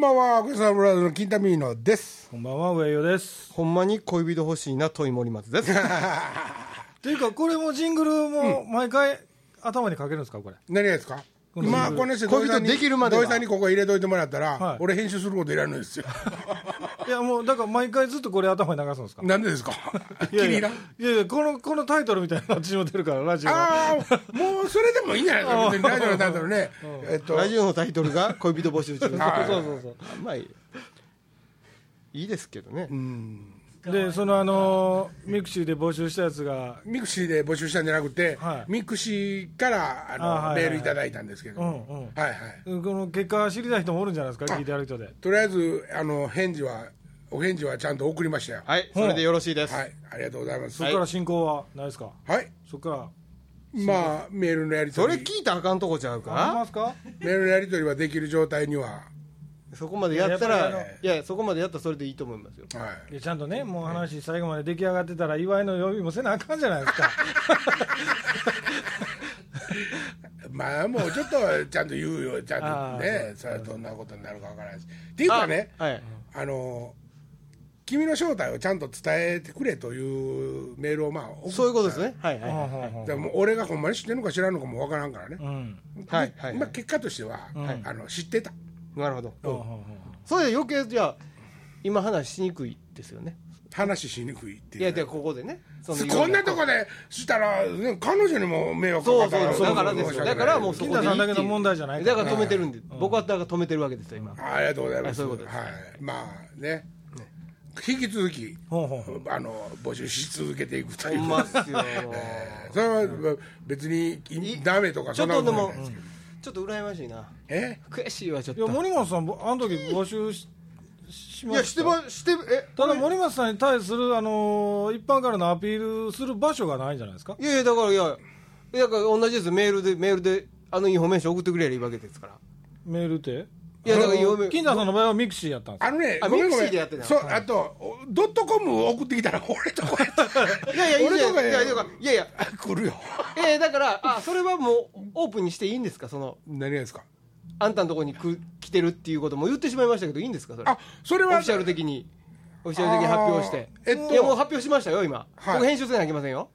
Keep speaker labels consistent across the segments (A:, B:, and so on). A: ばんは、グサブラザーズの金田ミーノです。
B: こんばんは、上与です。
C: ほんまに恋人欲しいな、問い森松です。
B: というか、これもジングルも毎回頭にかけるんですか、これ。
A: 何がですか
B: の
A: 今、この人、土
C: 恋人
A: 井さんに
C: できるまでは
A: 土井さんにここ入れといてもらったら、
B: はい
A: 俺編集することいらない ですよ。
B: いや、もう、だから毎回ずっとこれ頭に流すんですか。
A: なんでですか気
B: いやい
A: に入らん。
B: やいやいやこの、このタイトルみたいなの私も出るから、ラジオ。
A: ああ、もうそれでもいいんじゃないですか、別にラジオのタイトルね。えっと、
C: ラジオのタイトル が恋人募集中。
A: はい
C: そうそうそう。まあいい。いいですけどね。
B: で、その、あのー、ミクシーで募集したやつが、
A: ミクシーで募集したんじゃなくて、
B: はい
A: ミクシーからあの
B: あはいはいはい
A: メールいただいたんですけど、
B: うんう
A: は
B: ん
A: いはい、
B: この結果知りたい人もおるんじゃないですか、聞いてある人で。
A: とりあえずあの返事はお返事はちゃんと送りましたよは
C: はい、それでよろしいです。
A: い、ありがとうございます
B: そ
A: は
B: こ
A: い、
B: から進行はないですか。そこから。
A: まあメールのやり
C: そ
A: 取
C: れ
A: り
C: 聞いたらあかんとこちゃう
B: ありま
C: か
B: すか。
A: メールのやり取りはできる状態には、は
C: そこまでやった
B: いや
C: ら、
B: やっぱ
C: いや、そこまでやったらそれでいいと思いますよ。
A: い、
B: いやちゃんとね、もう話最後まで出来上がってたら、祝いの呼びもせなあかんじゃないです か。
A: まあもうちょっと ちゃんと言うよちゃんとねそれはどんなことになるかわからないしっていうかね
C: はい。
A: あの君の正体をちゃんと伝えてくれというメールをまあ送っ
C: そういうことですね。はいはい。は
A: だからもう俺がほんまに知ってるのか知らんのかもわからんからね、
B: うん。
C: いはい
A: まあ、
C: は
A: 結果としては、あの知ってた
C: い。なるほど。
B: ほうほうほう
C: それで余計じゃあ、今話しにくいですよね。
A: 話しにくいって
C: い
A: い
C: や
A: う
C: いや、ここでね。その
A: こんなとこでしたら、ね、彼女にも迷惑
C: そ
A: か
C: うそ
A: か
C: う
A: る
C: そうだからですよだからもうそこでいいってい
B: 金田
C: う
B: さんだけの問題じゃないか
C: だ
B: ら
C: から止めてるんで僕はだから止めてるわけですよ今
A: ありがとうございます
C: はいそういうことです
A: はい、まあね引き続き
B: ほうほうほう
A: あの募集し続けていくと
C: ほ
A: いうん
C: まっすよ
A: それは別にいダメとか
C: ち
A: そ
C: ょ
A: ん
C: っ
A: なことと
C: で
A: ない
C: もちょっと羨ましいな
A: え
C: 悔しいわちょっ
B: いや
C: と
B: 森本さんぼあの時募集ししま
C: いやしてましてえ
B: ただ森本さんに対する、あのー一般からのアピールする場所がないんじゃないですか
C: いやいやだからいやだから同じですメールでメールであのインフォメーション送ってくれりゃいいわけですから
B: メールって
C: いやだから嫁
B: 金田さんの場合はミクシーやったんです
A: あのね
C: あ
A: ごめん
C: ミ
A: ご
C: ク
A: めん
C: シーでやってた
A: そうあとおドットコム送ってきたら俺とこやった
C: いやいやいい
A: 俺
C: じゃ
A: と
C: ん
A: か
C: いやいやいやいや
A: 来るよ
C: えーだからあそれはもうオープンにしていいんですかその
A: 何がですか
C: あんたのところに来来てるっていうことも言ってしまいましたけどいいんですかそれ
A: あそれ
C: オ
A: は
C: フィシャル的にオフィシャル的に発表して
A: あーえっと
C: いやもう発表しましたよ今、
A: はい
C: 僕編集せなきゃいけませんよ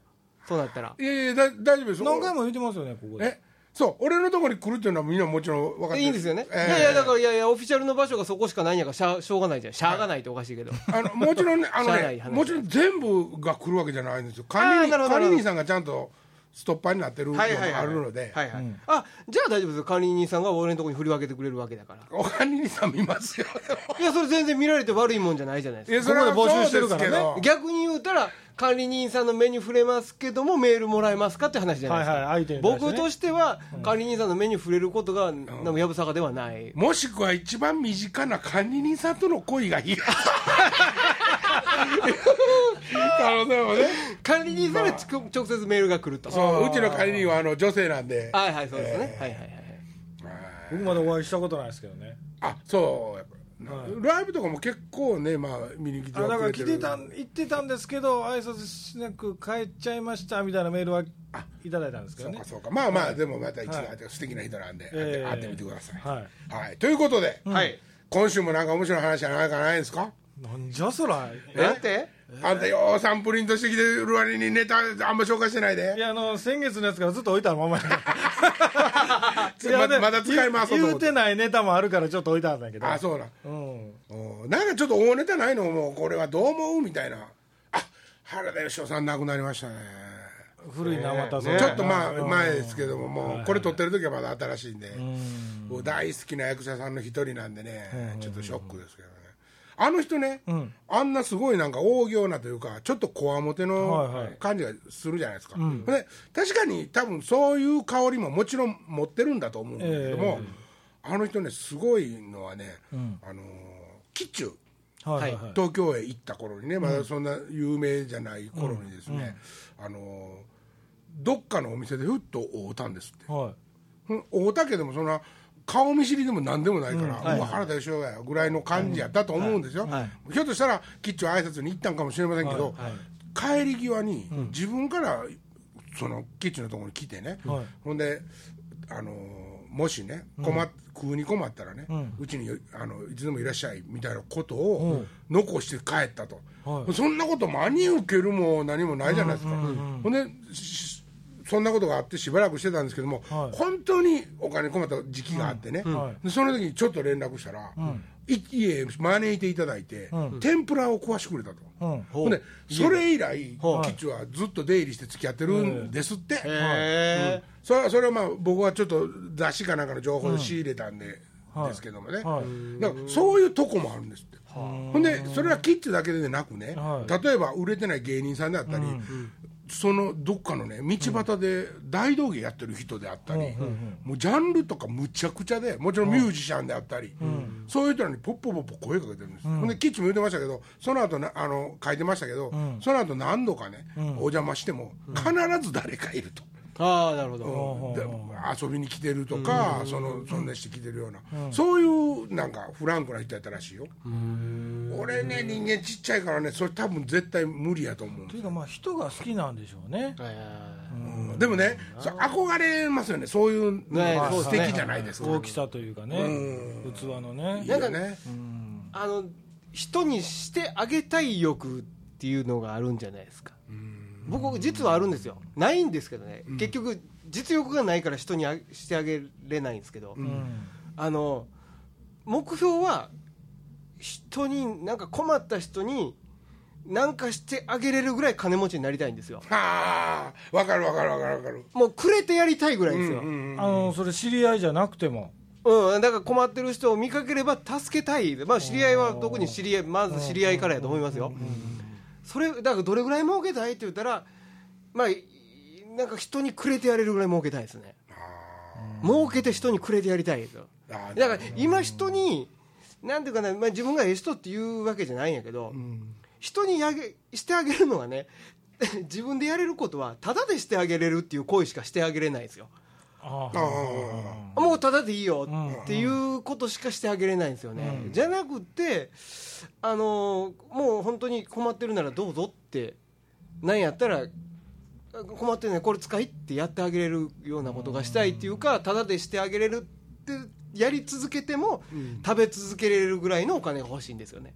C: そうなったら
A: いやいやだ大丈夫です
B: 何回も言ってますよねここで
A: えそう俺のところに来るっていうのはみんなもちろん分かって
C: で
A: る
C: いいんですよね、
A: えー
C: いやいやだからいやいやオフィシャルの場所がそこしかないんやからしゃあしょうがないじゃんしゃあがないっておかしいけど、
A: あのもち ろんね、あの
C: しゃあない
A: ね
C: 話
A: もちろん全部が来るわけじゃないんですよ、
C: あ
A: 管
C: ー
A: 理
C: なるほどなるほど
A: 人さんがちゃんとストッパーになってるのもあ
C: はいはいはい
A: るので、
C: はいはいあじゃあ大丈夫ですよ管理人さんが俺のとこに振り分けてくれるわけだから
A: お管理人さん見 ますよ、
C: いやそれ全然見られて悪いもんじゃないじゃない
A: い
C: です
A: やそれは
B: ここで募
A: 募
B: 集
A: 集してて
B: しる
A: る
B: か
A: からら
B: ね
A: ね、
C: か逆に言うたら管理人さんの目に触れますけどもメールもらえますかって話じゃないですか、
B: はいはい相手に対してね
C: 僕としては管理人さんの目に触れることがなんかやぶさかではない、
A: もしくは一番身近な管理人さんとの恋がいい なるほどね、
C: 管理人さんがちこ直接メールが来ると
A: そううちの管理人はあの女性なんで、
C: はいはいそうですね、はいはいはい
B: 僕まだお会いしたことないですけどね
A: あそうやっぱライブとかも結構ね、まあ、見に来て
B: あ
A: は
B: だ
A: く
B: から
A: れて
B: 来
A: る
B: てたん行ってたんですけど挨拶しなく帰っちゃいましたみたいなメールはいただいたんですけ
A: そ
B: ど
A: う
B: ね
A: かそうかまあまあでもまた一度会って素敵な人なんで会って
B: ええ
A: 会ってみてください
B: はい
A: はいということで
C: はい
A: 今週もなんか面白い話じゃないかないですか
B: なんじゃそら
C: なんて
A: あんたようさんプリントしてきてる割にネタあんま紹介してない
B: い
A: で
B: やあの先月のやつからずっと置いたままや い
A: ままだ使い回そうと
B: 言
A: 思
B: う
A: って
B: てないネタもあるからちょっと置いたんだけど
A: あそうなん
B: うん
A: おなんかちょっと大ネタないのもうこれはどう思うみたいなあ原田芳雄さん亡くなりましたね
B: 古いなまたそれ
A: ちょっとまあ前ですけどももうこれ撮ってる時はまだ新しいんで僕大好きな役者さんの一人なんでねちょっとショックですけどねあの人ねあんなすごいなんか大行なというかちょっとこわもて
B: はいは
A: の
B: い
A: 感じがするじゃないですかで確かに多分そういう香りももちろん持ってるんだと思うんだけどもあの人ねすごいのはねあのーキッチュ
B: はいはい
C: は
B: はい
A: 東京へ行った頃にねまだそんな有名じゃない頃にですね、あのどっかのお店でふっと会うたんですって
B: はい
A: うん会うたけどもそんな顔見知りでも何でもないから、うわ原田芳雄やぐらいの感じやったと思うんですよ、ひょっとしたらキッチン挨拶に行ったんかもしれませんけど、帰り際に自分からそのキッチンのところに来てね、ほんであのーもしね困っ、食うに困ったらね、うちによあのいつでもいらっしゃいみたいなことを残して帰ったと、
B: はい
A: そんなこと真に受けるも何もないじゃないですか、ほんでしそんなことがあってしばらくしてたんですけども、
B: はい
A: 本当にお金困った時期があってね、
B: は
A: でその時にちょっと連絡したら、い家へ招いていただいて、天ぷらを食わしてくれたと。
B: うん
A: ほんでそれ以来、キッチはずっと出入りして付き合ってるんですって、
C: へえ
A: それはそれはまあ僕はちょっと雑誌かなんかの情報で仕入れたんで、
B: はい
A: ですけどもね、
B: はい
A: だからそういうとこもあるんですって、ほんでそれはキッズだけでなくね、
B: はい
A: 例えば売れてない芸人さんであったり、そのどっかのね道端で大道芸やってる人であったり、もうジャンルとかむちゃくちゃでもちろんミュージシャンであったり、そういう人らにポッポポッポ声かけてるんです、ほんでキッズも言ってましたけどその後なあの書いてましたけど、その後何度かね、お邪魔しても必ず誰かいると。
C: ああなるほど
A: で遊びに来てるとか、そのそんなして来てるような、そういうなんかフランクな人やったらしいよ俺ね人間ちっちゃいからねそれ多分絶対無理やと思う
B: というかまあ人が好きなんでしょうね
C: へえ
A: うんでもねそう憧れますよねそういうの
C: ね
A: は
C: そう
A: 素
C: ですね
A: 敵じゃないですか、
B: 大きさというかね器のね
A: いい
C: なん
A: よ
C: か
A: ね
C: あの人にしてあげたい欲っていうのがあるんじゃないですか僕実はあるんですよないんですけどね、結局実力がないから人にあしてあげれないんですけど、
B: うん
C: あの目標は人になんか困った人になんかしてあげれるぐらい金持ちになりたいんですよ
A: はあわかるわかるわかるわかる
C: もうくれてやりたいぐらいですよ、
A: うん
B: あのそれ知り合いじゃなくても
C: うん、だから困ってる人を見かければ助けたい、まあ、知り合いは特に知り合い、まず知り合いからやと思いますよ、それ、だからどれぐらい儲けたいって言ったら、まあ、いなんか人にくれてやれるぐらい儲けたいですね、儲けて人にくれてやりたいですよ、
A: あー
C: だから今、人に、なんていうかな、まあ、自分がええ人っていうわけじゃないんやけど、人にあげしてあげるのはね、 自分でやれることは、ただでしてあげれるっていう行為しかしてあげれないですよ。
B: あ
A: あ
B: あ
A: ー
C: もうただでいいよっていうことしかしてあげれないんですよね、じゃなくてあのもう本当に困ってるならどうぞってなんやったら困ってるならこれ使いってやってあげれるようなことがしたいっていうかただでしてあげれるってやり続けても、食べ続けれるぐらいのお金が欲しいんですよね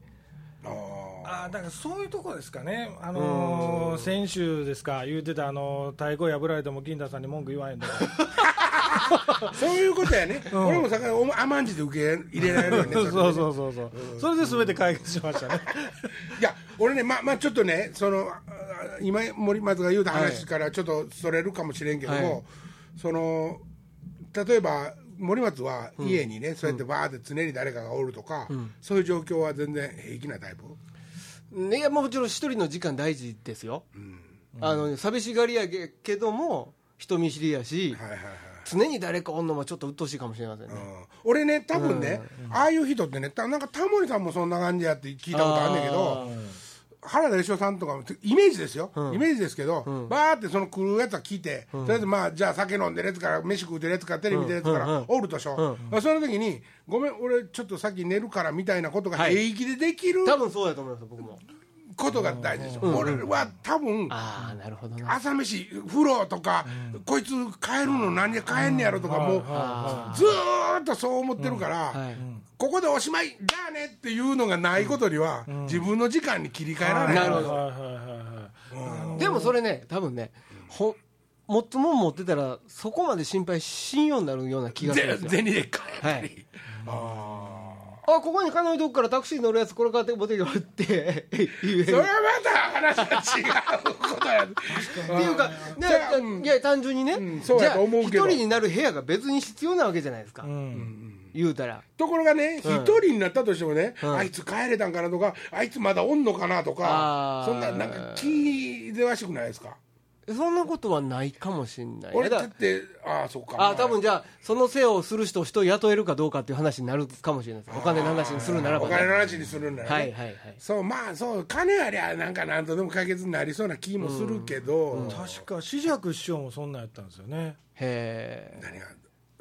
A: あー
B: ああだからそういうとこですかね、あのー先週ですか、言うてた、あのー太鼓破られても銀太さんに文句言わへんとか、
A: そういうことやね、俺もさかお前甘んじて受け入れられるよね
B: そ う
A: れね
B: そうそうそう、それで全て解決しまし たね、
A: いや俺ねまあまあちょっとねそのああ今森松が言うた話からちょっとそれるかもしれんけども、
C: はい
A: その例えば森松は家にね、そうやってバーって常に誰かがおるとか、そういう状況は全然平気なタイプ
C: ねいやもちろん一人の時間大事ですよ、あの寂しがりやけども人見知りやし、
A: はいはいはい、
C: 常に誰かおんのはちょっと鬱陶しいかもしれませんね、
A: うん俺ね多分ね、ああいう人ってねたなんかタモリさんもそんな感じやって聞いたことあんねんけど原田芳雄さんとかもイメージですよ、イメージですけど、バーってその来るやつは聞いて、とりあえずまあじゃあ酒飲んでるやつから飯食うてるやつからテレビ見てるやつから、おるとしょ、まあその時に「ごめん俺ちょっと先寝るから」みたいなことが
C: はい
A: 平気でできる
C: 多分そうだと思います僕も
A: ことが大事でしょ、俺は多分
C: ああなるほどな
A: 朝飯風呂とか、こいつ帰るの何で帰んねやろとか、もう、ずーっとそう思ってるから、
C: はい
A: ここでおしまいじゃあねっていうのがないことには、自分の時間に切り替えられない、
C: なるほど
B: はいはいはいはい
C: でもそれね多分ねほ持つもん持ってたらそこまで心配しんようになるような気がする
A: ぜ
C: んですよ
A: 銭で帰ったり、
C: はい
A: あ
C: あここに金置いとくからタクシー乗るやつこれ買って 持ってきよって言え
A: ーそ
C: る
A: れはまた話が違うことや
C: っていうか、ね
A: そりゃうん
C: いや単純にね、
A: んそう
C: じ
A: や
C: ゃ
A: と
C: あ
A: 思う
C: 一
A: けど
C: 人になる部屋が別に必要なわけじゃないですか、言うたら
A: ところがね一、人になったとしてもね、
C: ん
A: あいつ帰れたんかなとかあいつまだおんのかなとか
C: あー
A: そんななんか気ぜわしくないですか
C: そんなことはないかもしんない
A: 俺
C: だ
A: だ
C: か
A: っ
C: ら
A: てああそっか
C: ああ多分じゃあその世話をする人を人を雇えるかどうかっていう話になるかもしれないですお金の話にするならば
A: お
C: ね、
A: 金の話にするんだよね、
C: はいはいはい
A: そうまあそう金ありゃなんかなんとでも解決になりそうな気もするけど、
B: 確か、紫尺師匠もそんなんやったんですよね、
C: へえ
A: 何が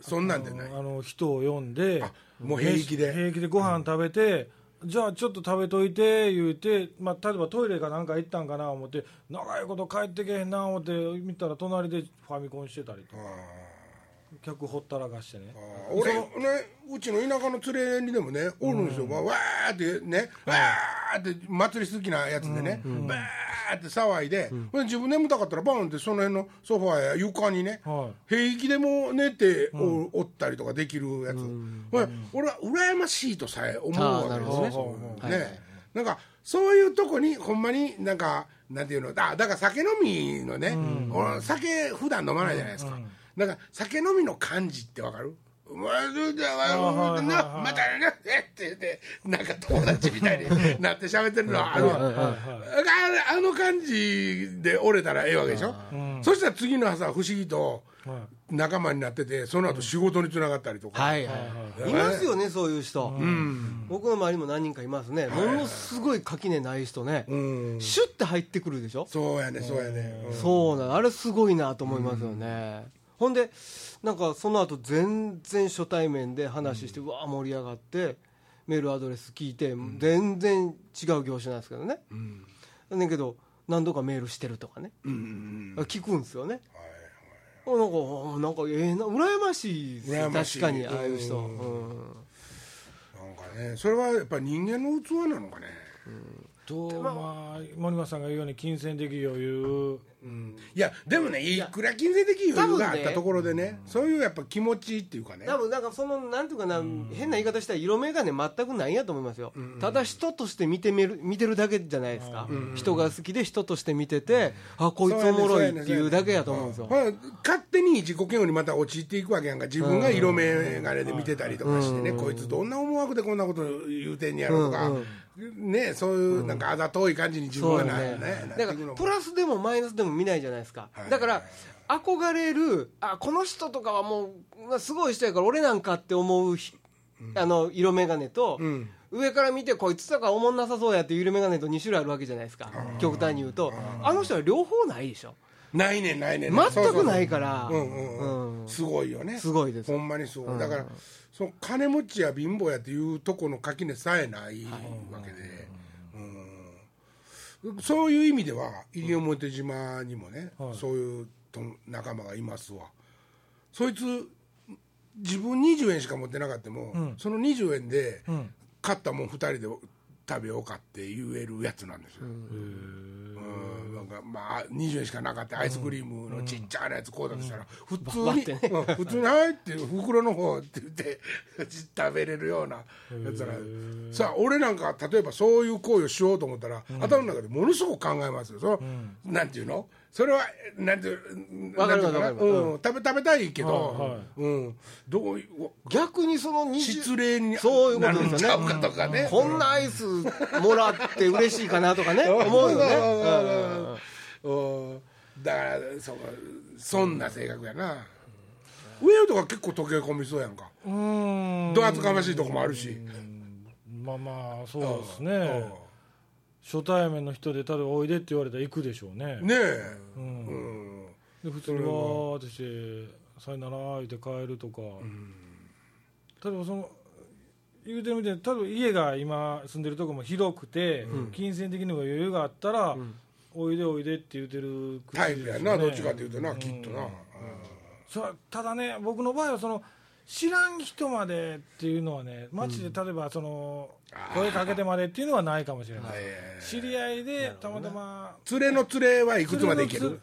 A: そんなんでない、
B: あの人を呼んで、
A: もう平気で
B: 平気でご飯食べて、じゃあちょっと食べといて言うて、まあ、例えばトイレかなんか行ったんかな思って、長いこと帰ってけへんな思って、見たら隣でファミコンしてたりとか。客ほったらかしてね
A: あー俺ねうちの田舎の連れにでもねおるんですよ、まあわーってねわーって祭り好きなやつでね、バーって騒いで、ほんで自分眠たかったらバーンってその辺のソファーや床にね、
B: は
A: 平気でも寝てお,、おったりとかできるやつ、ほら俺は羨ましいとさえ思うわけです
C: あーな
A: ね
C: るほど
A: ね、
C: はい
A: なんかそういうとこにほんまになんかなんていうのあだから酒飲みのね、俺酒普段飲まないじゃないですか、なんか酒飲みの感じってわかるまあそうだわ
B: はいはい
A: なまたなえって言ってなんか友達みたいになって喋ってるのはあるわああの感じで折れたらええわけでしょ、そしたら次の朝不思議と
B: は
A: 仲間になっててその後仕事につながったりとか、
C: はいはいいますよねそういう人、僕の周りにも何人かいますねものすごい垣根ない人ね、
A: うん
C: シュッて入ってくるでしょ、
A: そうやねそうやね、うん
C: そうなのあれすごいなと思いますよね、ほんでなんかその後全然初対面で話して、うわー盛り上がってメールアドレス聞いて、全然違う業種なんですけどね、だけど何度かメールしてるとかね、
A: うんうん
C: 聞くんですよね、なんかおなんかええな羨ましいです
A: 羨ましい
C: 確かにああいう人、
A: うん
C: うん
A: なんかねそれはやっぱり人間の器なのかね、
B: とまあ森松さんが言うように金銭的余裕
A: いやでもねいくら金銭的余裕があったところでねそういうやっぱ気持ちっていうかね
C: 多分なんかそのなんていうかな、変な言い方したら色眼鏡全くないんやと思いますよ、ただ人として見てみる見てるだけじゃないですか、人が好きで人として見てて、あこいつおもろいっていうだけやと思うんですよ、
A: ほら勝手に自己嫌悪にまた陥っていくわけやんか自分が色眼鏡で見てたりとかしてね、こいつどんな思惑でこんなこと言うてんやろとか、ねそういうなんかあざとい感じに自
C: そう
A: 分
C: よ
A: がな,、
C: ね
A: ねなって
C: だ
A: い
C: か
A: く
C: ら
A: の
C: プラスでもマイナスでも見ないじゃないですか、
A: はい
C: だから憧れるあこの人とかはもうまあすごい人やから俺なんかって思うひ、あの色眼鏡と、
A: ん
C: 上から見てこいつとかおもんなさそうやっていう色眼鏡と2種類あるわけじゃないですか極端に言うとあの人は両方ないでしょ
A: ないねんないねん
C: 全くないから
A: そうそうそううんうんうん
C: うん
A: すごいよね
C: すごいです
A: ほんまにそう、だからその金持ちや貧乏やっていうとこの垣根さえないわけで、うんそういう意味では西表島にもね、そういうと仲間がいますわそいつ自分20円しか持ってなかったも、その20円で買ったもん2人で食べようかって言えるやつなんですよ、うんなんかまあ20円しかなかったアイスクリームのちっちゃなやつこうだとしたら、普通に、うん普通に「はい」っていう袋の方って言って食べれるようなやつらさあ俺なんか例えばそういう行為をしようと思ったら、頭の中でものすごく考えますよその、なんていうのそれはなんていう
C: わかるわかる
A: なんていううん食べ食べたいけど、うん、どういう
C: 逆にその20
A: 失礼に
C: そういうこ
A: な
C: と
A: るん
C: で
A: ち
C: す
A: ゃ
C: よ
A: う
C: ね
A: かとかね、
C: こんなアイスもらって嬉しいかなとかね思うよねうん
A: うんだからそのそんな性格やな、上とか結構溶け込みそうやんか
B: うん
A: ど厚かましいとこもあるし、
B: まあまあそうです
A: うん
B: ね初対面の人で例えばおいでって言われたら行くでしょうね
A: ねえ、
B: ん
A: うん
B: で普通にわーってして「さよなら」言って帰るとか、例えばその言うてるみたいに多分家が今住んでるとこも広くて、金銭的にも余裕があったら、おいでおいでって言うてる口
A: タイプやな、どっちかっていううとなきっとな、うん
B: それはただね僕の場合はその知らん人までっていうのはね街で例えばその、声かけてまでっていうのはないかもしれない、
A: え
B: 知り合いでたまたま
A: ー連れの連れはいくつまでいける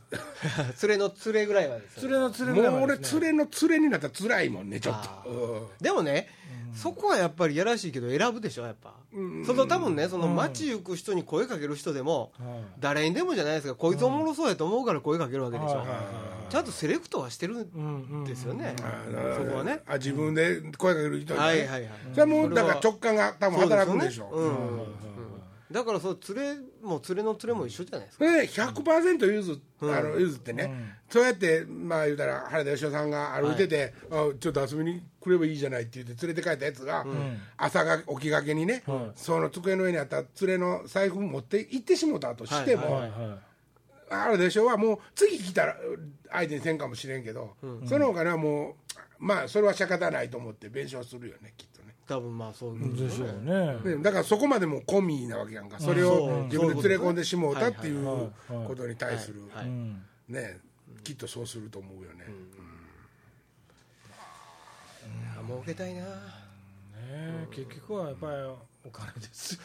C: 連れの連れぐらいはです
B: 連
C: よ
B: れの連れ
A: も
B: ぐ
A: う
B: らいまで
A: 俺
B: ですね
A: 連れの連れになったら辛いもんねちょっ
C: あ
A: と、
C: ー
A: うん
C: でもね、そこはやっぱりやらしいけど選ぶでしょやっぱ、その多分ねその街行く人に声かける人でも、
B: はい
C: 誰にでもじゃないですかこいつおもろそうやと思うから声かけるわけでしょ、
B: はいはいは
C: ちゃんとセレクトはしてる
B: うんんうん
C: ですよね、
A: あー
C: そこはね、
A: あ自分で声かける人にね
C: はいはいはい
A: それはもうだから
C: それ
A: 直感が多分
C: そう
A: 働くん
C: よ
A: でしょ
C: うんだからその連れも連れの連れも一緒じゃないです
A: そ
C: か、
A: れで100%ゆず,、あのゆずってね、そうやってまあ言うたら原田芳雄さんが歩いてて、あちょっと遊びに来ればいいじゃないって言って連れて帰ったやつが、朝が起きがけにね、
B: はい
A: その机の上にあった連れの財布持って行ってしもたとしても、
B: はいはい
A: 原田芳雄はもう次来たら相手にせんかもしれんけど、そのお金はもうまあそれは仕方ないと思って弁償するよねきっとね。
C: 多分まあそういう
B: でしょうね
A: ねだからそこまでも込みなわけやんかそれを自分で連れ込んでしもうたっていうことに対する
C: はいはい
A: ねきっとそうすると思うよね、
C: 儲けたいな
B: ね結局はやっぱりお金ですよ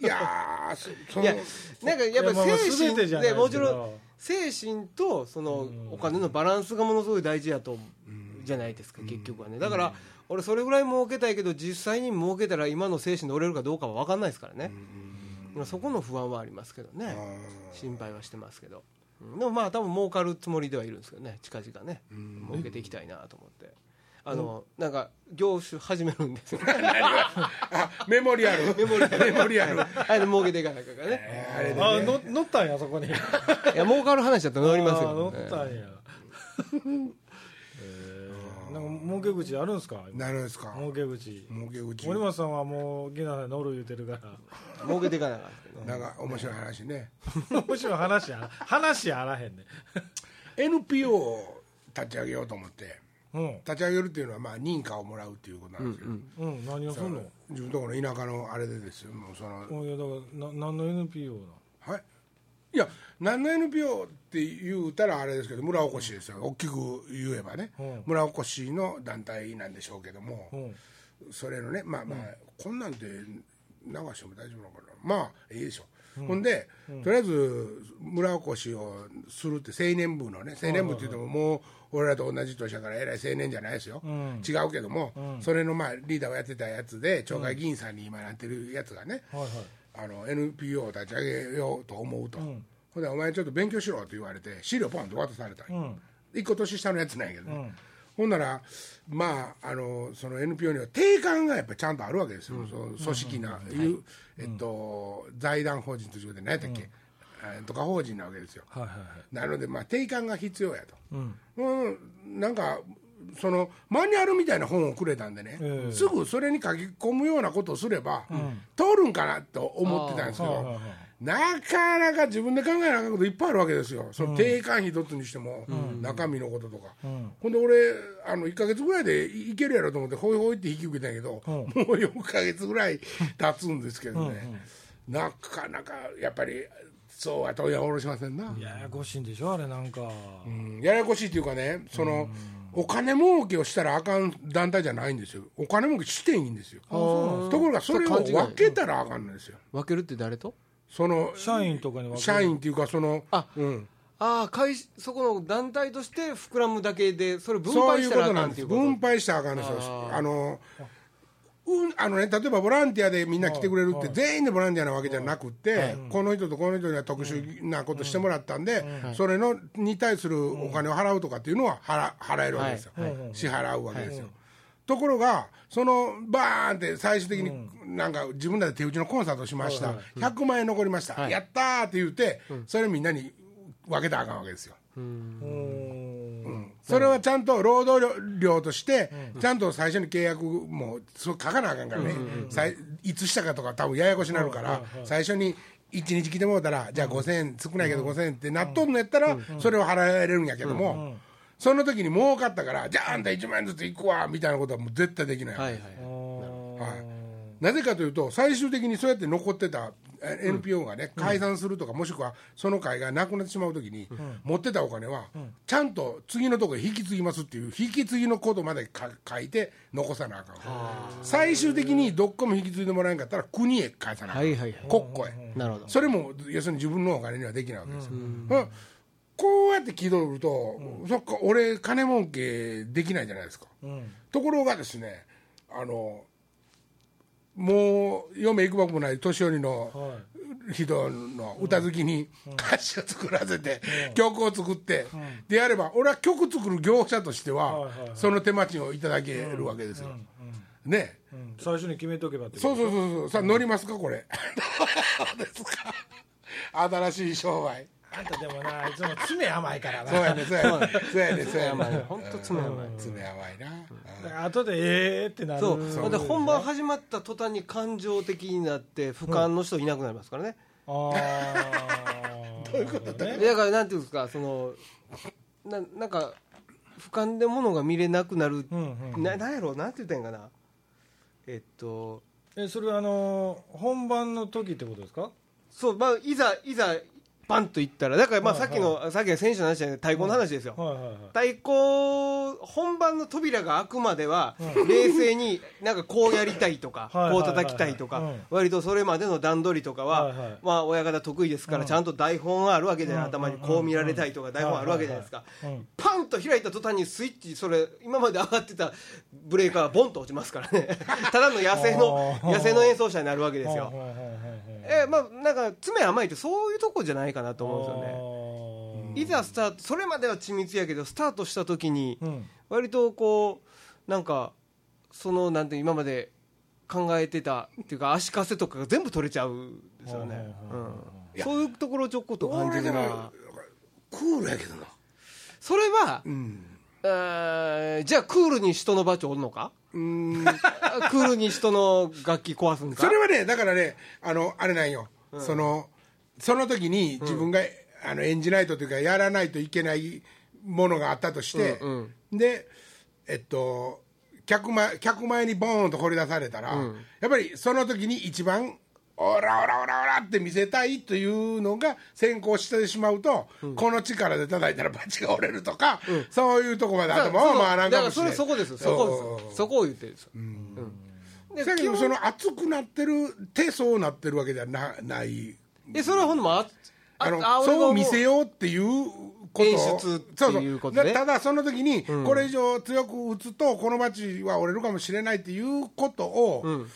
A: いやーそそ
C: いや
A: の
C: なんかやっぱ
B: いやまあまあ
C: り精
B: 全て
C: 神
B: じゃないですけ
C: で
B: ど
C: もちろん精神とそのお金のバランスがものすごい大事やと思うじゃないですか結局はねだから俺それぐらい儲けたいけど実際に儲けたら今の精神で折れるかどうかは分かんないですからねまあそこの不安はありますけどね心配はしてますけどうんでもまあ多分儲かるつもりではいるんですけどね近々ね儲けていきたいなと思ってあのなんか業種始めるんですよ
A: あメモリアルメモリアル
C: あの儲けていかなきゃからね
A: あれで
B: あの乗ったんやそこに
C: いや儲かる話だったら乗ります
B: あー
C: よ
B: 乗ったんやえーなんか儲け口あるんですか今
A: なるんですか
B: 儲け口
A: 儲け口
B: 森本さんはもうギナー乗る言うてるから
C: 儲けていかなあかんですけど
A: なんか面白い話ね
B: むしろ話や話やあらへんね
A: NPO を立ち上げようと思って
B: うん
A: 立ち上げるっていうのはまあ認可をもらうっていうことなんですけど、
B: うん何をすんの
A: 自分のところの田舎のあれでですよもうその、
B: もういやだからな何の NPO な
A: はいいや何の NPO って言うたらあれですけど村おこしですよ大きく言えばね、
B: うん
A: 村おこしの団体なんでしょうけども、
B: うん
A: それのねまあまあ、こんなんで流しても大丈夫なのかなまあいいでしょう、ほんで、とりあえず村おこしをするって青年部のね青年部って言ってももう俺らと同じ年だからえらい青年じゃないですよ、
B: ん
A: 違うけども、それのまあリーダーをやってたやつで町会議員さんに今なってるやつがね、
B: はいはい
A: あの NPO を立ち上げようと思うと、ほんでお前ちょっと勉強しろと言われて資料ポンと渡されたんよ、一個年下のやつなんやけどね、ほんならまああのその NPO には定款がやっぱちゃんとあるわけですよ、その組織な、いうえっと財団法人ということで何やったっけ、えーとか法人なわけですよ
B: はいはいは
A: なのでまあ定款が必要やと、うんなんかそのマニュアルみたいな本をくれたんでね、
B: ええ
A: すぐそれに書き込むようなことをすれば、通るんかなと思ってたんですけ
B: ああはい
A: ど
B: はいはい
A: なかなか自分で考えなあかんこといっぱいあるわけですよその定款費一つにしても、中身のこととか、ほんで俺あの1か月ぐらいでいいけるやろと思ってほいほいって引き受けたんやけど、もう4か月ぐらい経つんですけどね、なかなかやっぱりそうは問屋下ろしませんな。
B: いややこしいんでしょあれなんか
A: うんややこしいというかねその、お金儲けをしたらあかん団体じゃないんですよお金儲けしていいんですよところがそれを
C: そう勘違い
A: 分けたらあかんのですよ
C: 分けるって誰と
A: その
B: 社員とかに分ける
A: 社員っていうかその
C: あ
A: うん、
C: ああ会社そこの団体として膨らむだけでそれ分
A: そう
C: 配
A: い
C: し
A: う
C: た
A: こ
C: らあ
A: とな
C: か
A: ん
C: んっ
A: です
C: ていうこと
A: 分配したらあかんのですよあのうんあのね、例えばボランティアでみんな来てくれるって全員でボランティアなわけじゃなくて、この人とこの人には特殊なことしてもらったんで、それのに対するお金を払うとかっていうのは払払えるわけですよ、支払うわけですよ、ところがそのバーンって最終的になんか自分らで手打ちのコンサートしました、100万円残りました、やったーって言って、それみんなに分けたらあかんわけですよ、
B: うん
A: それはちゃんと労働量として、ちゃんと最初に契約もそう書かなあかんからね、さいいつしたかとか、多分ややこしなるから、最初に1日来てもらったら、じゃあ5000円、少ないけど5000円ってなっとんのやったら、それを払えれるんやけども、その時に儲かったから、じゃああんた1万円ずついくわみたいなことはもう絶対できない。
C: はいはい
B: あー
A: はいなぜかというと、最終的にそうやって残ってたえ NPO がね、解散するとか、もしくはその会がなくなってしまうときに、持ってたお金は、ちゃんと次のところへ引き継ぎますっていう、引き継ぎのことまでか書いて、残さなあかん、最終的にどっこも引き継いでもらえんかったら、国へ返さなあかん、
C: はいはいはい
A: 国庫へ。
C: なるほど
A: それも要するに自分のお金にはできないわけですよ、うんこうやって気取ると、そっか俺金儲けできないじゃないですか、ところがですねあのもう嫁いくばくもない年寄りの
B: はい
A: 人の歌好きに歌詞を作らせて、曲を作って、であれば俺は曲作る業者としては、
B: はいはいはい
A: その手間賃をいただけるわけですよ、ね
B: うん最初に決めとけばってこ
A: そ
B: と
A: うそうそうそうさあ乗りますかこれ どうですか新しい商売
B: あんたでもないつも爪甘いからな
A: そうやね そうやねそうやねそうや
C: まあ
A: ね
C: 本当つまらない
A: 爪甘いな、うん
B: 後でええってなる
C: そうだって本番始まった途端に感情的になって俯瞰の人いなくなりますからね、
B: ああどういうことだね
C: だからなんていうんですかそのななんか俯瞰で物が見れなくなる、
B: ん
C: ななんやろうなんて言ったんやんかなえっと
B: えそれはあのー本番の時ってことですか
C: そうまあいざいざパンといったらだからまあ
B: はい
C: さ
B: は
C: っ
B: い
C: きのさっきの選手の話じゃない太鼓の話ですよ、
B: はいはいはい
C: 太鼓本番の扉が開くまでは、冷静になんかこうやりたいとか
B: はいはいはい
C: こう叩きたいとか、
B: うん
C: 割とそれまでの段取りとかは、
B: はいはい
C: まあ、親方得意ですから、ちゃんと台本があるわけじゃない、
B: うん
C: 頭にこう見られたいとか、
B: ん
C: 台本あるわけじゃないですか、
B: はいはいはいうん
C: パンと開いた途端にスイッチそれ今まで上がってたブレーカーがボンと落ちますからね ただの野生の
B: あー
C: 野生の演奏者になるわけですよ
B: はい。はいはいはいはい
C: えーまあ、なんか爪甘いってそういうとこじゃないかなと思うんですよね。
B: あー
C: いざスタートそれまでは緻密やけどスタートした時に
B: うん
C: 割とこうなんかそのなんて今まで考えてたっていうか足かせとかが全部取れちゃうんですよね、うん、そういうところをちょこっと感じるな
A: クールやけどな
C: それは、
A: うん
C: えーじゃあクールに人のバチおるのか
A: うーん
C: クールに人の楽器壊すんか
A: それはねだからねあのあれなんよ、そのその時に自分が、あの演じないとというかやらないといけないものがあったとして、
C: うん
A: でえっと客前客前にボーンと掘り出されたら、やっぱりその時に一番オラオラオラオラって見せたいというのが先行してしまうと、この力で叩いたらバチが折れるとか、そういうとこまで頭
C: そ
A: を
C: の
A: 回らんか
C: だから
A: もし
C: そ
A: れな
C: れ
A: い
C: そこですよそこですよそこを言ってるんですよ、うんで
A: だけ
C: 基
A: ど
C: 本
A: その熱くなってるってそうなってるわけじゃなない
C: えそれはほんまあ
A: あの
C: あ俺が
A: そう見
C: 思
A: せようっていうこと
C: 演出っていうこ
A: そ
C: とね
A: うそうただその時にこれ以上強く打つとこのバチは折れるかもしれないっていうことを、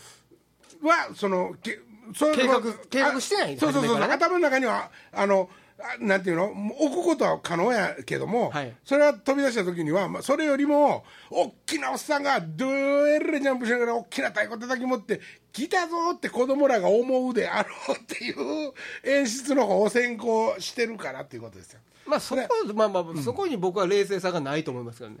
A: はそのけそう
C: 計画
A: まあ
C: 計画してないんだ
A: そうそうそう
C: 初めから
A: 頭の中にはあのあなんていうのもう置くことは可能やけども、
C: はい
A: それは飛び出した時には、まあ、それよりも大きなおっさんがドゥエルレジャンプしながら大きな太鼓叩き持って来たぞって子供らが思うであろうっていう演出の方を先行してるからっていうことですよ。
C: まあそこ、まあまあ、そこに僕は冷静さがないと思いますけ どね。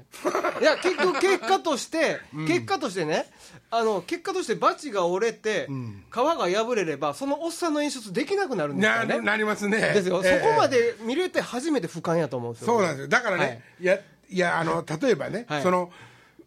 C: いや、結局、結果として、結果としてね、あの、結果として、バチが折れて、皮が破れれば、そのおっさんの演出できなくなるんですか
A: な
C: らね。
A: なりますね。
C: ですよ、
A: ええ
C: そこまで見れて初めて俯瞰やと思うんですよ。
A: そうなんですよだからね、
C: はい
A: い、やいやあの例えばね、
C: はい
A: その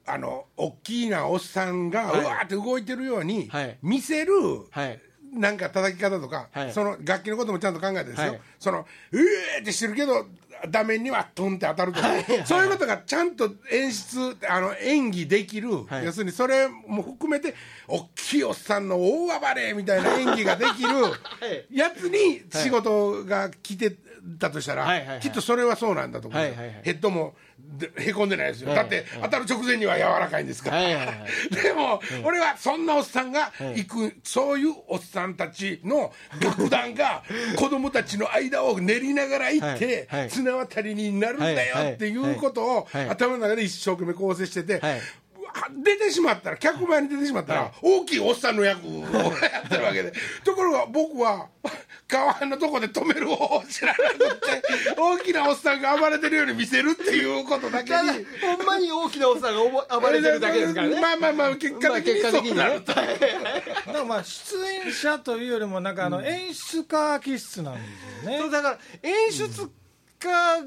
A: あの大きいなおっさんが、
C: はいう
A: わーって動いてるように、
C: はい
A: 見せる、
C: はい。
A: なんか叩き方とか、
C: はい
A: その楽器のこともちゃんと考えてですよ、
C: はい
A: そのうえーってしてるけど画面にはトンって当たるとか、そういうことがちゃんと演出あの演技できる、
C: はい
A: 要するにそれも含めて大きいおっさんの大暴れみたいな演技ができ る
C: い
A: やつに仕事が来てたとしたら、
C: はいはいはい
A: きっとそれはそうなんだと思う、
C: はいはいはい
A: ヘッドもでへこんでないですよ、
C: はいはい
A: だって当たる直前には柔らかいんですから。
C: はいはいはい。
A: でも、俺はそんなおっさんが行く、そういうおっさんたちの楽団が 子供たちの間を練りながら行って、
C: はいはい
A: 綱渡りになるんだ
C: はいは
A: よ
C: い
A: っていうことを、
C: はい
A: 頭の中で一生懸命構成してて、
C: はいう
A: わ出てしまったら客前に出てしまったら、大きいおっさんの役をやってるわけでところが僕は川のとこで止める方を知らなくて大きなおっさんが暴れてるように見せるっていうことだけ
C: ただ
A: に。
C: ほんまに大きなおっさんがおぼ暴れてるだけですからね。
A: まあまあまあ結
C: ま
A: 果
C: あ
A: 的に
C: 結果
A: そ
C: 的
A: う
C: に
A: な
C: ね
A: ると、。
B: だからまあ出演者というよりもなんかあの演出家気質なんですよね
C: そうだから演出家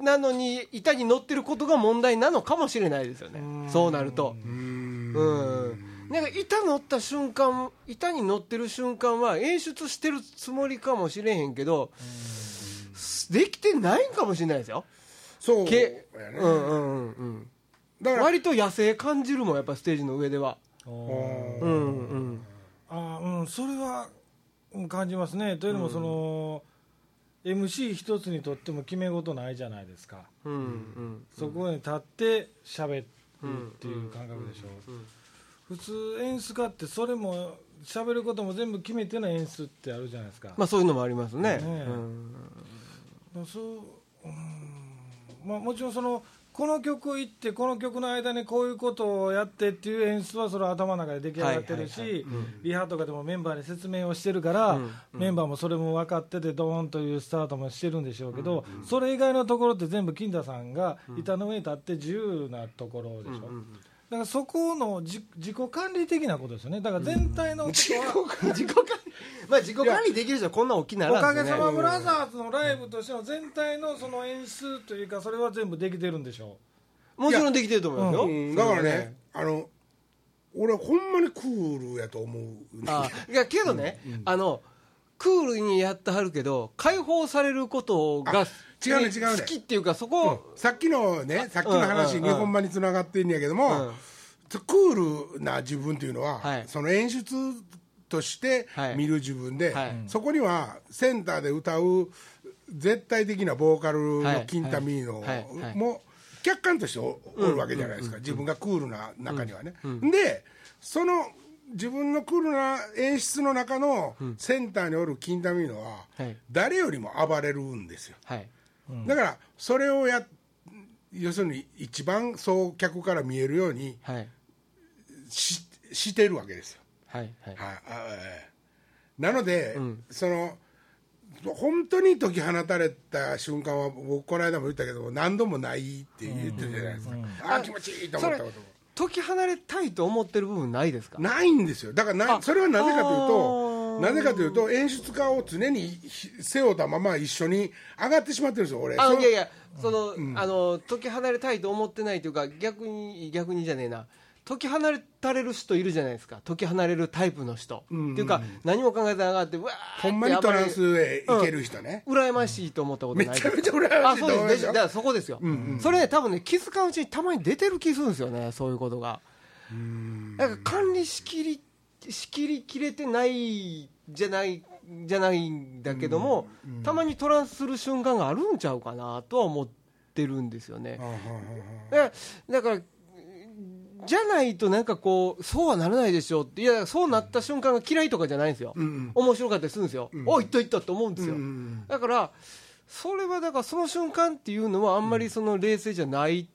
C: なのに板に乗ってることが問題なのかもしれないですよねそうなるとうんなんか板乗った瞬間板に乗ってる瞬間は演出してるつもりかもしれへんけどできてないんかもしれないですよ
A: そうやね
C: けうんうんうんうん
A: だから
C: 割と野生感じるもんやっぱステージの上では
A: うん
C: うんうん
B: あーうんそれはうん感じますねというのもその、MC 一つにとっても決め事ないじゃないですか、
C: うんうん
B: そこに立って喋るっていう感覚でしょ、普通演出家ってそれも喋ることも全部決めての演出ってあるじゃないですか、
C: まあそういうのもあります
B: ね
C: ね
B: え
C: うん
B: そううんまあ、もちろんそのこの曲行ってこの曲の間にこういうことをやってっていう演出はそれは頭の中で出来上がってるし、
C: はいはいはい
B: リハとかでもメンバーに説明をしてるから、
C: うん
B: メンバーもそれも分かっててドーンというスタートもしてるんでしょうけど、それ以外のところって全部金田さんが板の上に立って自由なところでしょ、だからそこのじ自己管理的なことですよねだから全体のことは、
C: 自己管理まあ自己管理できる人はこんな大きな
B: お
C: ら
B: か
C: んで
B: げ
C: すね
B: さまブラザーズのライブとしての全体のその演出というかそれは全部できてるんでしょ
C: もちろんできてると思いますよ、
A: うんだからねあの俺はほんまにクールやと思うね
C: あいやけどね、あのクールにやってはるけど解放されることが
A: 違うね違うね
C: 好きっていうかそこ、
A: さっきのねさっきの話
C: うん
A: に
C: うんうん
A: ほんまにつながってんねやけども、
C: うん
A: クールな自分っていうのは、
C: はい
A: その演出として
C: はい
A: 見る自分で、
C: はい
A: そこにはセンターで歌う絶対的なボーカル
C: はい
A: のキンタミーノ
C: はいはい
A: も客観としておおるわけじゃないですか、自分がクールな中にはね。でその自分のクールな演出の中のセンターにおるキンタミーノは
C: はい
A: 誰よりも暴れるんですよ。
C: はい
A: だからそれをや要するに一番そう客から見えるように
C: はい
A: ししてるわけですよ。
C: はいは
A: は
C: い
A: いあええなので、
C: ん
A: その本当に解き放たれた瞬間は僕この間も言ったけど何度もないって言ってるじゃないですか、ああ気持ちいいと思ったことも
C: 解き離れたいと思ってる部分ないですか
A: ないんですよだから
C: あ
A: なそれはなぜかという
C: あ
A: と
C: ー
A: なぜかというと演出家を常にひ背負ったまま一緒に上がってしまってるんですよ俺
C: あ
A: その
C: いやいやその、あの解き離れたいと思ってないというか逆に逆にじゃねえな解き離れたれる人いるじゃないですか解き離れるタイプの人、っていうか何も考えてなかってうわーっ
A: ほ
C: て
A: んまにトランスへ行ける人ね、
C: 羨ましいと思ったことな
A: め
C: いです
A: ちゃめちゃ羨ま
C: あ
A: しい
C: そ
A: と
C: う
A: 思いま
C: ですす
A: よ
C: だからそこですよ、それね多分ね気づかんうちにたまに出てる気するんですよねそういうことがだから管理しきりしきりきれてないじゃないじゃないんだけども、たまにトランスする瞬間があるんちゃうかなとは思ってるんですよね、だからだからじゃないとなんかこうそうはならないでしょっていやそうなった瞬間が嫌いとかじゃないんですよ、面白かったりするんですよ、おいったいったと思うんですよ、だからそれはだからその瞬間っていうのはあんまりその冷静じゃない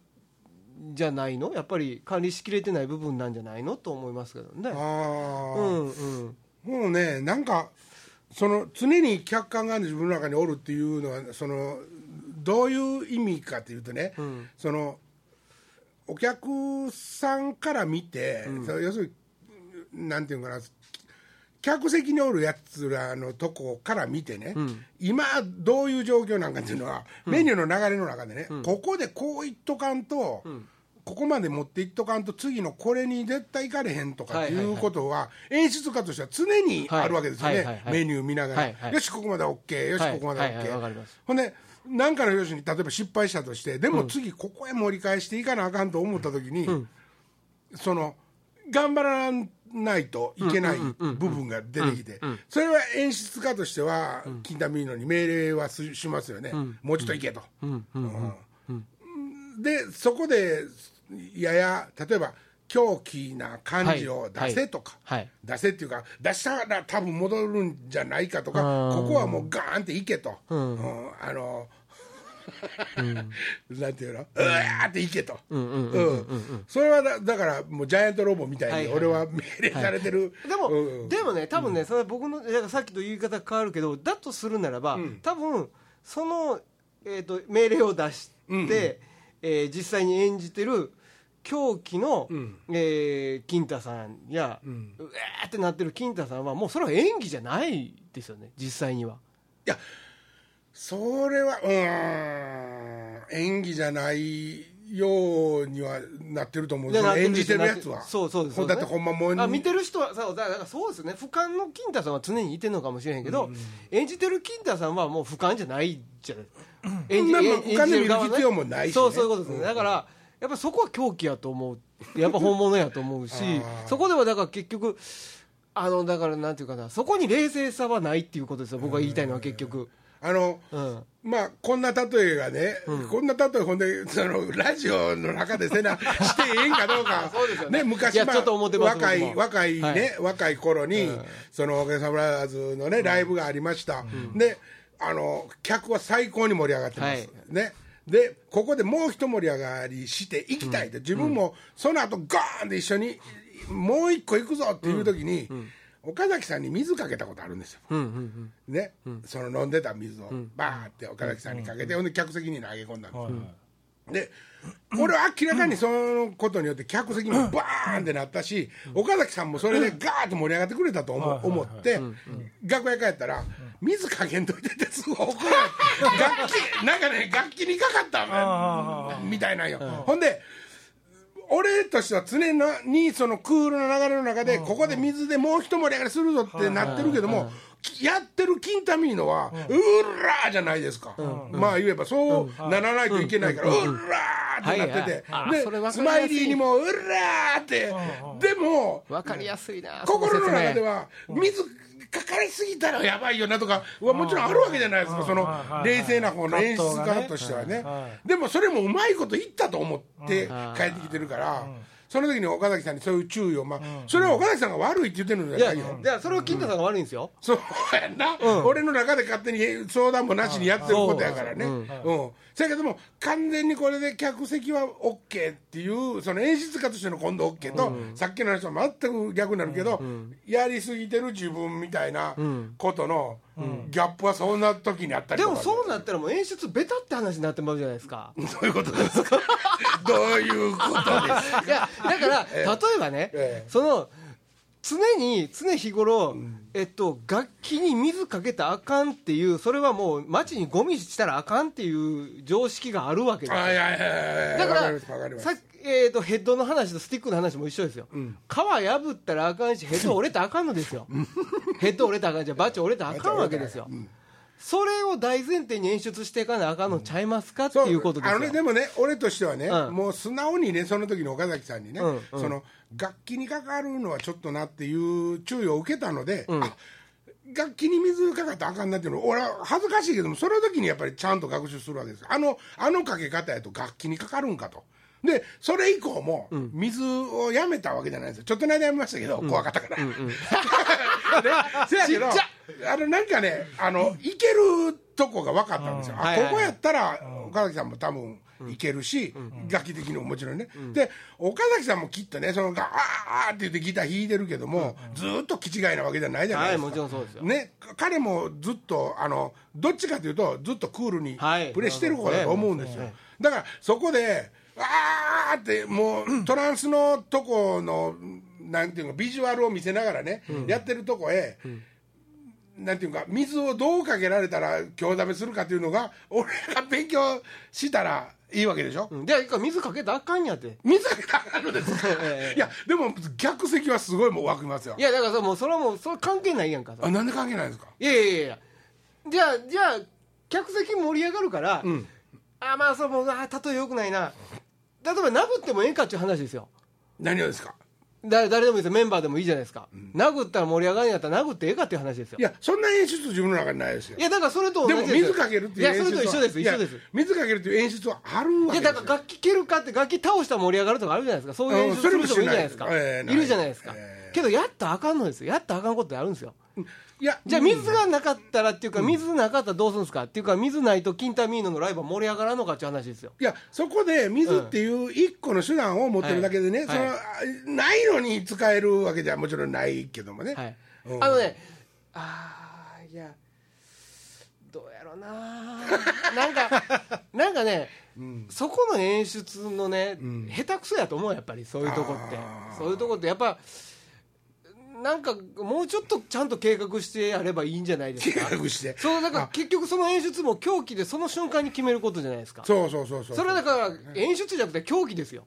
C: じゃないのやっぱり管理しきれてない部分なんじゃないのと思いますけどね
A: あ
C: う
A: あ、
C: んうん
A: もうねなんかその常に客観が自分の中におるっていうのはそのどういう意味かというとね、そのお客さんから見て、その要するになんていうのかな客席におるやつらのとこから見てね、今どういう状況なんかっていうのは、メニューの流れの中でね、ここでこういっとかんと、ここまで持っていっとかんと次のこれに絶対行かれへんとかって
C: はいはいいうはい
A: ことは演出家としては常にあるわけですよ
C: はいはい
A: ね
C: はい
A: メニュー見なが
C: はい
A: ら
C: はい
A: よしここまで OK よし
C: はい
A: ここまで
C: はいはい
A: OK
C: わかります
A: ほんで何かの拍子に例えば失敗したとしてでも次ここへ盛り返していかなあかんと思った時にその頑張らないといけない部分が出てきてそれは演出家としては金田ミーノに命令はすしますよねもうちょっといけと。うんでそこでやや例えば狂気な感じを出せとか、
C: はいはい
A: 出せっていうか出したら多分戻るんじゃないかとか
C: うん
A: ここはもうガーンっていけと、うんあの なんていうのうわーっていけとうんそれはだだからもうジャイアントロボみた
C: はいい
A: に
C: はい
A: 俺は命令されてる、
C: でも、
A: うんうん
C: でもね多分ね、それは僕のだからさっきと言い方変わるけどだとするならば、多分その、えー、と命令を出して、えー実際に演じてる狂気の、えー金太さんや、うわーってなってる金太さんはもうそれは演技じゃないですよね実際には。
A: いやそれはうーん演技じゃないようにはなってると思う
C: でなってる
A: 演じてるやつは
C: そうそうです
A: ほんだってほんまもう
C: あ見てる人はそうだだからそうですね俯瞰の金太さんは常にいてるのかもしれへんけど、演じてる金太さんはもう俯瞰じゃないじゃない演 じ
A: まあまあ
C: 演
A: 俯瞰で見る
C: 演じて側はね
A: 必要もないしね
C: そうそういうことですね、だからやっぱそこは狂気やと思うやっぱ本物やと思 うしそこではだから結局あのだからなんていうかなそこに冷静さはないっていうことですよ僕が言いたいのは結局
A: あの、
C: うん
A: まあこんな例えがね、こんな例えほんでそのラジオの中でせ なしてええんかどうか
C: そうですよね
A: ね昔
C: いや
A: まあ
C: ちょっと思ってます
A: 若
C: 僕
A: い
C: も
A: 若いね、
C: はい
A: 若い頃に、その「おげさブラザーズ」のねライブがありました、であの客は最高に盛り上がってます、
C: はい
A: ねでここでもう一盛り上がりしていきたいと、自分もその後ガーンで一緒にもう一個行くぞっていう時に、岡崎さんに水かけたことあるんですよ、ね、その飲んでた水をバーって岡崎さんにかけて、ほんで客席に投げ込んだんですよ、で俺は明らかにそのことによって客席もバーンってなったし、岡崎さんもそれでガーッと盛り上がってくれたと思,、思って、楽屋帰ったら、水かけんといてってすごい怒られて楽器なんかね楽器にかかったわみたいなんよ、ほんで俺としては常にそのクールな流れの中でここで水でもう一盛り上がりするぞってなってるけどもやってる金タミーノは、うらーじゃないですか、まあ言えばそうならないといけないから、うらーってなってて、
C: はいはいあそれわ
A: でス
C: かりやす
A: マ
C: い
A: イリーにもうらーって、でも
C: わかりやすいな
A: 心の中で
C: は
A: は水かかりすぎたらやばいよなとかはもちろんあるわけじゃないですか、その冷静な方の演出家としてはね、でもそれもうまいこと言ったと思って帰ってきてるから、その時に岡崎さんにそういう注意を、まあそれは岡崎さんが悪いって言ってるん
C: い
A: じゃな
C: や
A: い
C: い
A: よ。
C: やそれを金田さんが悪いんですよ
A: そうやんな、俺の中で勝手に相談もなしにやってることやからね、うん、そやけども、完全にこれで客席は OK っていう、その演出家としての今度 OK と、さっきの話は全く逆になるけど、やりすぎてる自分みたいなことのギャップはそんな時にあったり
C: で
A: とか、
C: もそうなったらもう演出ベタって話になってまうじゃないで すか
A: どういうことです か、どういうことですか。
C: いやだから例えばね、
A: ええ
C: その常に常日頃、えっと、楽器に水かけたらあかんっていうそれはもう街にゴミしたらあかんっていう常識があるわけですよ
A: あいやいやいやいや
C: だから
A: わかりますわかります
C: さっきえー、とヘッドの話とスティックの話も一緒ですよ、皮破ったらあかんしヘッド折れたらあかんのですよヘッド折れたらあかんじゃバチ折れたらあかんわけですよ、それを大前提に演出していかなあかんのちゃいますか、っていうことですよ
A: あのねでもね俺としてはね、
C: うん
A: もう素直にねその時の岡崎さんにね、
C: うんうん
A: その楽器にかかるのはちょっとなっていう注意を受けたので、あ楽器に水かかったらあかんなっていうの俺は恥ずかしいけどもその時にやっぱりちゃんと学習するわけですあのあのかけ方やと楽器にかかるんかと。でそれ以降も水をやめたわけじゃないんですよちょっとの間やめましたけど、怖かったから、 せやけどあのなんかねあのいけるとこが分かったんですよ、あ
C: はいはいはい
A: ここやったら岡崎さんも多分いけるし、楽器的にももちろんね、で岡崎さんもきっとねそのガーッって言ってギター弾いてるけども、ずーっと気違いなわけじゃないじゃないですか、
C: はいもちろんそうですよ
A: ね、彼もずっとあのどっちかというとずっとクールに
C: はい
A: プレーしてる子だと思うんですよ、
C: ね
A: だからそこであーってもうトランスのとこのなんていうかビジュアルを見せながらね、やってるとこへ、なんていうか水をどうかけられたら興ざめするかっていうのが俺が勉強したらいいわけでしょ、
C: うんで一回水かけたらあかんやって
A: 水がかかるん ですか
C: ええ
A: いやでも逆席はすごいもう湧きますよ
C: いやだからそれもうそれはもうそれは関係ないやんかそれ
A: あなんで関係ないんですか
C: いやいやいやじゃあじゃあ客席盛り上がるから、あまあそれもうあ例えよくないな例えば殴ってもええかっていう話ですよ
A: 何をですか
C: 誰誰でもいいですよメンバーでもいいじゃないですか、殴ったら盛り上がるんやったら殴ってええかっていう話ですよ
A: いやそんな演出自分の中にないですよ
C: いやだからそれと同
A: で
C: じ
A: も
C: です
A: 水かけるっていう
C: い
A: 演
C: や
A: 出
C: それと一緒です
A: い
C: 一
A: や
C: 緒です
A: 水かけるっていう演出はあるわ
C: い
A: け
C: や
A: です
C: だ
A: よ
C: から楽器蹴るかって楽器倒したら盛り上がるとかあるじゃないですかそういう演出する人もいるじゃないですか、
A: うんそれもしないですええ
C: いるじゃないですか、
A: ええ
C: けどやったらあかんのですよやったらあかんことってあるんですよ
A: いや
C: じゃあ水がなかったらっていうか、水なかったらどうするんですかっていうか水ないとキンタミーノのライブは盛り上がらんのかっていう話ですよ
A: いやそこで水っていう一個の手段を持ってるだけでね、
C: はい
A: その
C: は
A: あないのに使えるわけじゃもちろんないけどもね、
C: はい
A: うん
C: あのねああいやどうやろうな なんかなんかね、そこの演出のね、下手くそやと思うやっぱりそういうとこってそういうとこってやっぱなんかもうちょっとちゃんと計画してやればいいんじゃないです
A: 計
C: か
A: 画して
C: そうだから結局その演出も狂気でその瞬間に決めることじゃないですか
A: そうそうそうそう
C: それはだから演出じゃなくて狂気ですよ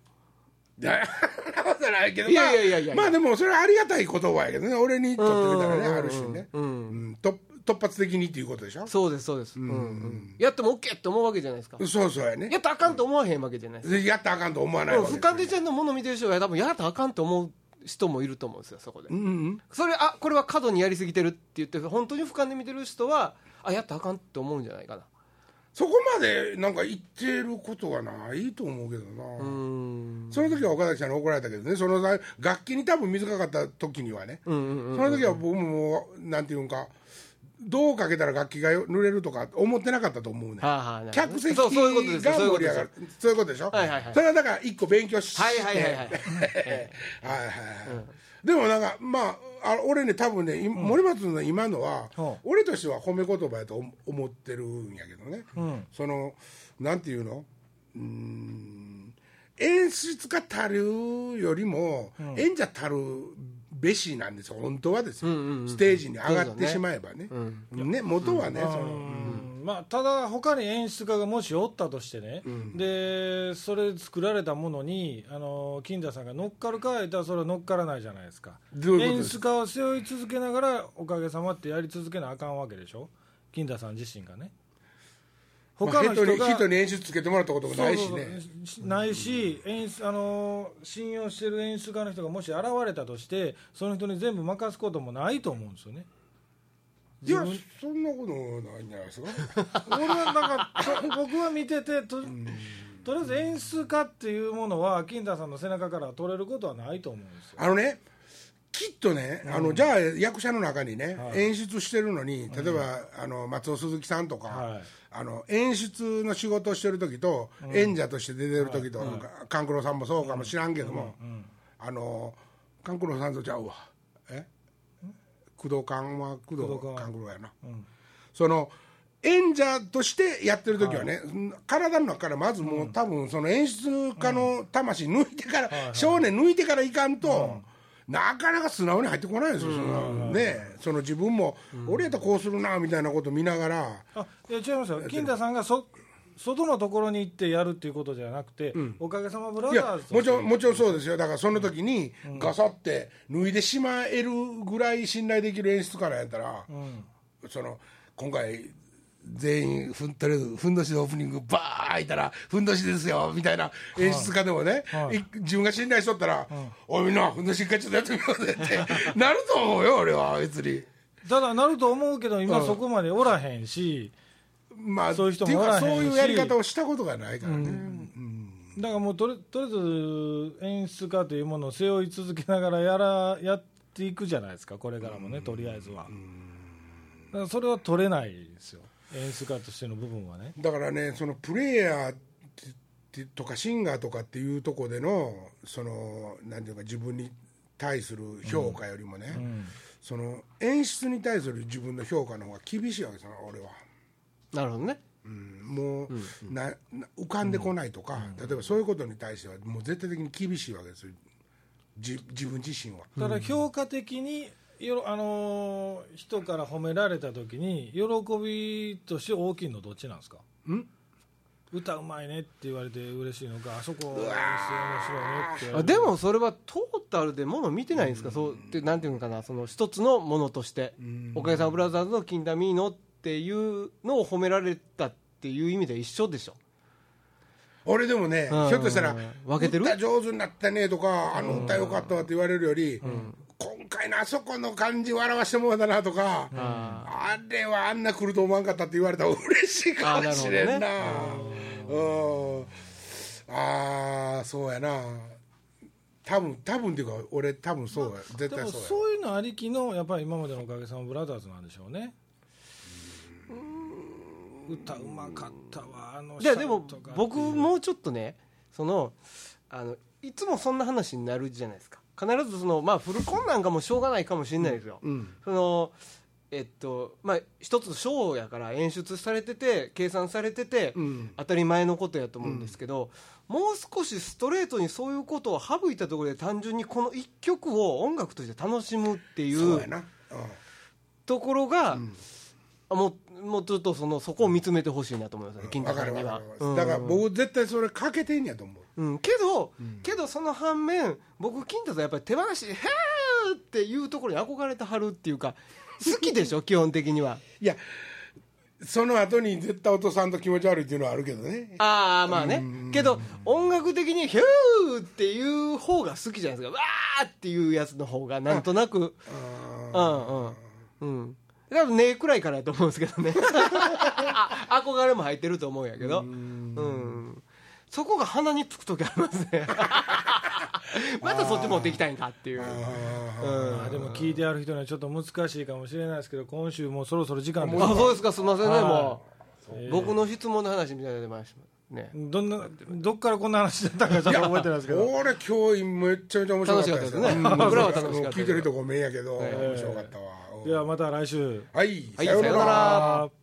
A: いやそんなことないけど
C: いやいやいやいや
A: まあまあでもそれはありがたい言葉やけどね俺にとってみたらね
C: うん
A: ある種ね、
C: うん
A: うん突突発的にっていうことでしょ
C: そうですそうです、うんうんやっても OK って思うわけじゃないですか
A: そうそうやね
C: やったらあかんと思わへんわけじゃないですか
A: やったらあかんと思わない
C: でも
A: わけで
C: 俯
A: すよ
C: 瞰でちゃんのもの見てる人は多分やったらあかんと思う人もいると思うんですよそこで、
A: うんうん
C: それあこれは過度にやりすぎてるって言って本当に俯瞰で見てる人はあやったらあかんって思うんじゃないかな
A: そこまでなんか言ってることがないと思うけどな、
C: うーん
A: その時は岡崎さんに怒られたけどねその際楽器に多分水かかった時にはね、
C: うんうんうん
A: その時は僕もなんていうんかどうかけたら楽器がよ濡れるとか思ってなかったと思うね、
C: はあはあなるほど
A: 客席が
C: そうそういうこと
A: 盛
C: で
A: り
C: すよそういうこと
A: 上
C: です
A: が
C: よ
A: るそういうことでしょ、
C: はいはいはい
A: それはだから一個勉強して
C: はいはいはいはい
A: はいはいはいでもなんかまああ俺ね多分ねい森松の今のは、
B: うん
A: 俺としては褒め言葉やと思思ってるんやけどね、そのなんていうのうーん演出家たるよりも、演者たるべしなんですよ本当はですよ、ステージに上がってしまえばね,、ね元はね、その
B: うんまあ、ただ他に演出家がもしおったとしてね、でそれ作られたものにあの金田さんが乗っかるか言ったらそれは乗っからないじゃないですか
A: どういうこと
B: 演
A: です
B: 出家を背負い続けながらおかげさまってやり続けなあかんわけでしょ金田さん自身がね
A: まあ
B: 他の人が、
A: 人に人に演出つけてもらったこともないし
B: そうそう
A: ね
B: そうしないし、演出あのー信用してる演出家の人がもし現れたとしてその人に全部任すこともないと思うんですよね
A: いやそんなことないんじゃないですか
B: 俺はなんかと 僕は見ててととりあえず演出家っていうものは金田さんの背中から取れることはないと思うんですよ
A: あのねきっとね、あのじゃあ役者の中にね、演出してるのに例えば、あの松尾鈴木さんとか、
B: はい
A: あの演出の仕事をしてる時と、演者として出てる時と、勘九郎さんもそうかもしらんけども、あの勘九郎さんとちゃうわえ工藤勘は工
B: 工藤
A: 藤
B: 勘
A: 勘九郎やな、
B: ん
A: その演者としてやってる時はね、体の中からまずもう、多分その演出家の魂抜いてから、少年抜いてからいかんと、なかなか素直に入ってこないですよ、そんなねその自分も、俺やったらこうするなみたいなこと見ながら、
B: あいや違いますよ金田さんがそ外のところに行ってやるっていうことじゃなくて、おかげさまブラ
A: い
B: ザ
A: や
B: ーズと
A: も
B: して
A: ちろんもちろんそうですよだからその時にガサって脱いでしまえるぐらい信頼できる演出からやったら、その今回全員ふんとりあえずふんどしでオープニングバー開いたらふんどしですよみたいな演出家でもね、い自分が信頼しとったら「おいみんなふんどし一回ちょっとやってみようぜ」って なると思うよ俺は別に。
B: ただなると思うけど今そこまでおらへんし、
A: まあ、
B: そういう人もおらへんし
A: っていうかそういうやり方をしたことがないからね、
B: だからもうとりとりあえず演出家というものを背負い続けながらやらやっていくじゃないですかこれからもね、とりあえずは、だからそれは取れないですよ演出家としての部分はね
A: だからねそのプレイヤーってとかシンガーとかっていうとこでのそのなんていうか自分に対する評価よりもね、その演出に対する自分の評価の方が厳しいわけですよ俺は。
C: なるほどね
A: うんもう、なな浮かんでこないとか、例えばそういうことに対してはもう絶対的に厳しいわけですよじ自分自身は。
B: ただ評価的によろ、あのー人から褒められた時に喜びとして大きいのどっちなんですか歌うまいねって言われて嬉しいのかあそこ面白いねって言わ
C: あ
B: れて
C: でもそれはトータルでもの見てないんですか、そうってなんていうのかなその一つのものとして、おかげさまブラザーズの「キンダミーノ」っていうのを褒められたっていう意味では一緒でしょ
A: 俺でもね、
C: うん
A: ひょっとしたら
C: うん
A: 「
C: 分けてる
A: 歌上手になったね」とか「あの歌よかったわ」って言われるより、今回のあそこの感じ笑わしてもらったなとか、あれはあんな来ると思わんかったって言われたら嬉しいかもしれんな
C: あ
A: うんああそうやな多分多分っていうか俺多分そうや絶
B: で
A: 対
B: も
A: そうや
B: そういうのありきのやっぱり今までのおかげさまブラザーズなんでしょうね歌うまかったわあの
C: いやでも
B: 人とか
C: 僕もうちょっとねそのあのいつもそんな話になるじゃないですか必ずそのまあフルコンなんかもしょうがないかもしれないですよ、そのえっとまあ一つのショーやから演出されてて計算されてて、当たり前のことやと思うんですけど、もう少しストレートにそういうことを省いたところで単純にこの一曲を音楽として楽しむってい
A: そう
C: う
A: やな、うん
C: ところが、あもうもうちょっとそのそこを見つめてほしいなと思いますね、金
A: わ
C: 太
A: か
C: さん
A: るわ
C: に
A: か
C: は
A: る。わかる
C: うん
A: だから僕絶対それかけてんやと思う
C: うん、けど、けどその反面僕金太さんやっぱり手放しへーっていうところに憧れてはるっていうか好きで しょ基本的にはい
A: やその後に絶対お父さんと気持ち悪いっていうのはあるけどね
C: ああまあねけど音楽的にヒューっていう方が好きじゃないですかわーっていうやつの方がなんとなくうんうんうん多分ねえくらいからやと思うんですけどね あ憧れも入ってると思うんやけどうんそこが鼻につく時ありますね またそっち持っていきたいんかっていう
B: まあでも聞いてある人にはちょっと難しいかもしれないですけど今週もうそろそろ時間です
C: あそうですかすみませんねも
B: え
C: う
B: ー
C: 僕の質問の話みたいなの出ましたね
B: どんなどっからこんな話だったかちょっと覚えてないですけど
A: 俺今日めっちゃめちゃ面白かったですよ
C: 楽しかったですね
A: うん
C: 僕らは楽しかったです
A: 聞いてる人ごめんやけど、面白かったわ、
B: ではまた来週
A: はい、
C: はい
A: さような
C: さような
A: ら
C: ら
B: あー